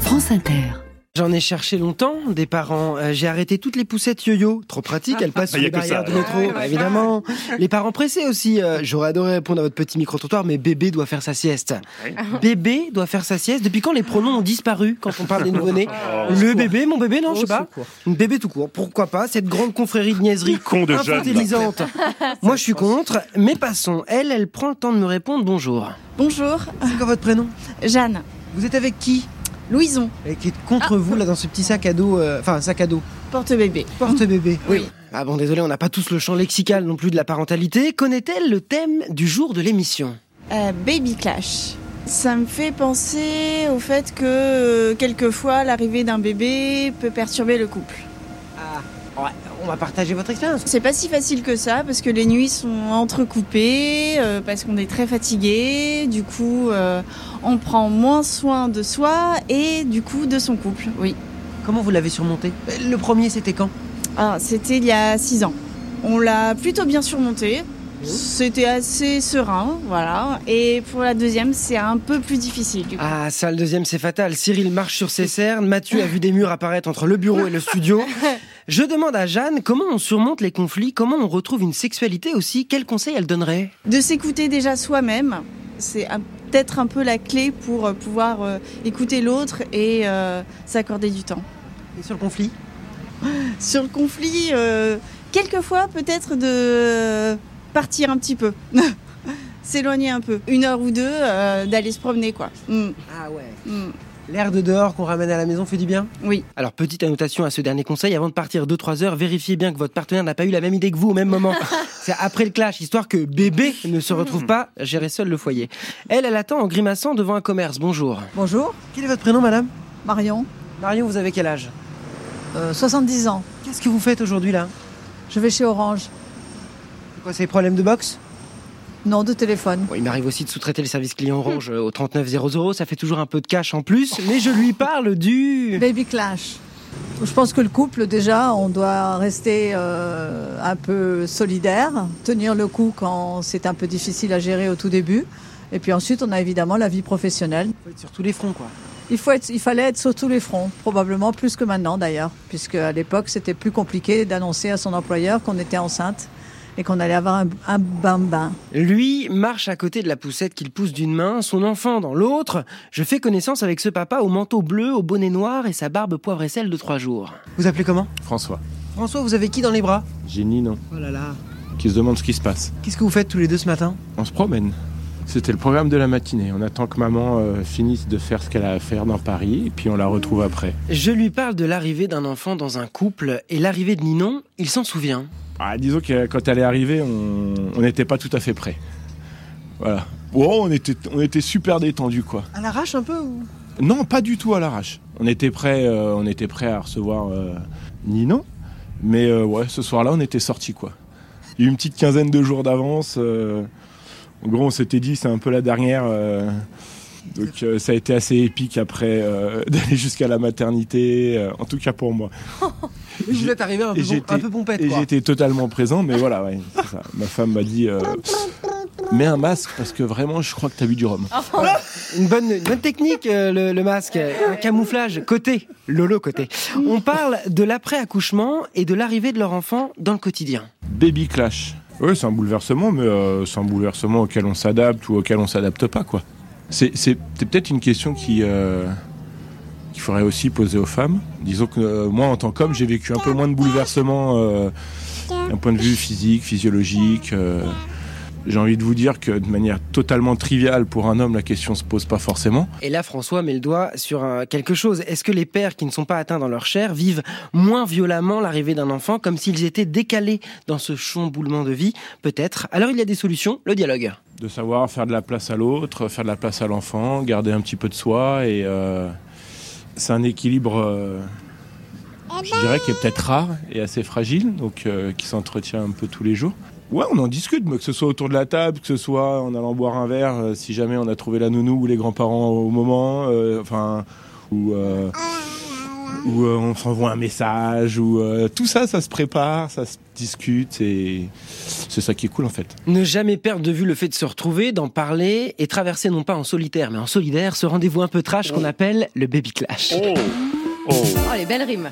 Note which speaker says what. Speaker 1: France Inter.
Speaker 2: J'en ai cherché longtemps des parents. Euh, J'ai arrêté toutes les poussettes yo-yo. Trop pratique, elles passent
Speaker 3: Bah,
Speaker 2: sur
Speaker 3: y a
Speaker 2: les
Speaker 3: que ça,
Speaker 2: barrières du
Speaker 3: alors.
Speaker 2: métro, bah, évidemment. Les parents pressés aussi. euh, J'aurais adoré répondre à votre petit micro-trottoir, mais bébé doit faire sa sieste.
Speaker 3: Ouais.
Speaker 2: Bébé doit faire sa sieste. Depuis quand les pronoms ont disparu quand on parle des nouveau-nés Le bébé, mon bébé, non, je sais pas. Une bébé tout court, pourquoi pas Cette grande confrérie de niaiserie
Speaker 3: Con de jeune.
Speaker 2: infantilisante. Moi, je suis contre, mais passons. Elle, elle prend le temps de me répondre bonjour.
Speaker 4: Bonjour,
Speaker 2: C'est quoi votre prénom
Speaker 4: Jeanne,
Speaker 2: Vous êtes avec qui
Speaker 4: Louison,
Speaker 2: Et qui est contre vous, là, dans ce petit sac à dos, euh, enfin, un sac à dos
Speaker 4: porte-bébé.
Speaker 2: Porte-bébé.
Speaker 4: Oui.
Speaker 2: Mmh. Ah bon, désolé, on n'a pas tous le champ lexical non plus de la parentalité. Connaît-elle le thème du jour de l'émission
Speaker 4: Euh, baby Clash. Ça me fait penser au fait que euh, quelquefois l'arrivée d'un bébé peut perturber le couple.
Speaker 2: Ouais, on va partager votre expérience.
Speaker 4: C'est pas si facile que ça parce que les nuits sont entrecoupées, euh, parce qu'on est très fatigué, du coup euh, on prend moins soin de soi et du coup de son couple. Oui.
Speaker 2: Comment vous l'avez surmonté Le premier, c'était quand
Speaker 4: Ah, c'était il y a 6 ans. On l'a plutôt bien surmonté. C'était assez serein, voilà. Et pour la deuxième, c'est un peu plus difficile. Du coup.
Speaker 2: Ah, ça, le deuxième, c'est fatal. Cyril marche sur ses cernes. Mathieu a vu des murs apparaître entre le bureau et le studio. Je demande à Jeanne comment on surmonte les conflits, comment on retrouve une sexualité aussi. Quels conseils elle donnerait
Speaker 4: De s'écouter déjà soi-même, c'est un- peut-être un peu la clé pour euh, pouvoir euh, écouter l'autre et euh, s'accorder du temps.
Speaker 2: Et sur le conflit
Speaker 4: Sur le conflit, euh, quelquefois peut-être de partir un petit peu, s'éloigner un peu, une heure ou deux, euh, d'aller se promener quoi. Mm,
Speaker 2: Ah ouais.
Speaker 4: mm,
Speaker 2: L'air de dehors qu'on ramène à la maison fait du bien
Speaker 4: oui.
Speaker 2: Alors, petite annotation à ce dernier conseil, avant de partir 2-3 heures, vérifiez bien que votre partenaire n'a pas eu la même idée que vous au même moment. C'est après le clash, histoire que bébé ne se retrouve pas à gérer seul le foyer. Elle, elle attend en grimaçant devant un commerce. Bonjour.
Speaker 5: Bonjour,
Speaker 2: Quel est votre prénom, madame
Speaker 5: Marion,
Speaker 2: Marion, vous avez quel âge
Speaker 5: euh, 70 ans.
Speaker 2: Qu'est-ce que vous faites aujourd'hui là
Speaker 5: Je vais chez Orange.
Speaker 2: C'est quoi, c'est les problèmes de boxe
Speaker 5: Non, de téléphone.
Speaker 2: Bon, il m'arrive aussi de sous-traiter le service client orange euh, au 3900, ça fait toujours un peu de cash en plus, mais je lui parle du...
Speaker 5: Baby Clash. Je pense que le couple, déjà, on doit rester euh, un peu solidaire, tenir le coup quand c'est un peu difficile à gérer au tout début. Et puis ensuite, on a évidemment la vie professionnelle.
Speaker 2: Sur tous les fronts, quoi.
Speaker 5: Il, faut être, il fallait être sur tous les fronts, probablement plus que maintenant d'ailleurs, puisque à l'époque, c'était plus compliqué d'annoncer à son employeur qu'on était enceinte et qu'on allait avoir un, un bain-bain.
Speaker 2: Lui marche à côté de la poussette qu'il pousse d'une main, son enfant dans l'autre. Je fais connaissance avec ce papa au manteau bleu, au bonnet noir et sa barbe poivre et sel de trois jours. Vous appelez comment
Speaker 6: François.
Speaker 2: François, vous avez qui dans les bras
Speaker 6: Jenny, non
Speaker 2: Oh là là.
Speaker 6: Qui se demande ce qui se passe.
Speaker 2: Qu'est-ce que vous faites tous les deux ce matin
Speaker 6: On se promène. C'était le programme de la matinée. On attend que maman euh, finisse de faire ce qu'elle a à faire dans Paris et puis on la retrouve après.
Speaker 2: Je lui parle de l'arrivée d'un enfant dans un couple et l'arrivée de Ninon, il s'en souvient.
Speaker 6: Ah, disons que euh, quand elle est arrivée, on on n'était pas tout à fait prêts. Voilà. Wow, on était, on était super détendus, quoi.
Speaker 2: À l'arrache un peu ou
Speaker 6: Non, pas du tout à l'arrache. On était prêts, euh, on était prêts à recevoir euh, Ninon, mais euh, ouais, ce soir-là, on était sortis quoi. Il y a eu une petite quinzaine de jours d'avance. euh, en gros, on s'était dit, c'est un peu la dernière. euh, donc euh, ça a été assez épique après euh, d'aller jusqu'à la maternité, euh, en tout cas pour moi.
Speaker 2: Vous êtes arrivé un peu,
Speaker 6: Et
Speaker 2: bon-
Speaker 6: j'étais-
Speaker 2: un peu pompette
Speaker 6: Et
Speaker 2: quoi.
Speaker 6: j'étais totalement présent, mais voilà, ouais, c'est ça. ma femme m'a dit, euh, mets un masque parce que vraiment, je crois que t'as bu du rhum.
Speaker 2: Une bonne, une bonne technique, euh, le, le masque. Un camouflage côté. Lolo côté. On parle de l'après-accouchement et de l'arrivée de leur enfant dans le quotidien.
Speaker 6: Baby Clash. Oui, c'est un bouleversement, mais euh, c'est un bouleversement auquel on s'adapte ou auquel on s'adapte pas, quoi. C'est c'est- c'est peut-être une question qui euh, qu'il faudrait aussi poser aux femmes. Disons que euh, moi, en tant qu'homme, j'ai vécu un peu moins de bouleversements euh, d'un point de vue physique, physiologique. euh. j'ai envie de vous dire que de manière totalement triviale pour un homme, la question se pose pas forcément.
Speaker 2: Et là, François met le doigt sur euh, quelque chose. Est-ce que les pères qui ne sont pas atteints dans leur chair vivent moins violemment l'arrivée d'un enfant comme s'ils étaient décalés dans ce chamboulement de vie Peut-être. Alors il y a des solutions, le dialogue.
Speaker 6: De savoir faire de la place à l'autre, faire de la place à l'enfant, garder un petit peu de soi. Et euh, c'est un équilibre, euh, je dirais, qui est peut-être rare et assez fragile, donc euh, qui s'entretient un peu tous les jours. Ouais, on en discute, mais que ce soit autour de la table, que ce soit en allant boire un verre, euh, si jamais on a trouvé la nounou ou les grands-parents au moment, euh, enfin, ou euh, où euh, on s'envoie un message, où euh, tout ça, ça se prépare, ça se discute et c'est ça qui est cool en fait.
Speaker 2: Ne jamais perdre de vue le fait de se retrouver, d'en parler et traverser non pas en solitaire mais en solidaire ce rendez-vous un peu trash qu'on appelle le baby clash.
Speaker 1: Oh, les belles rimes.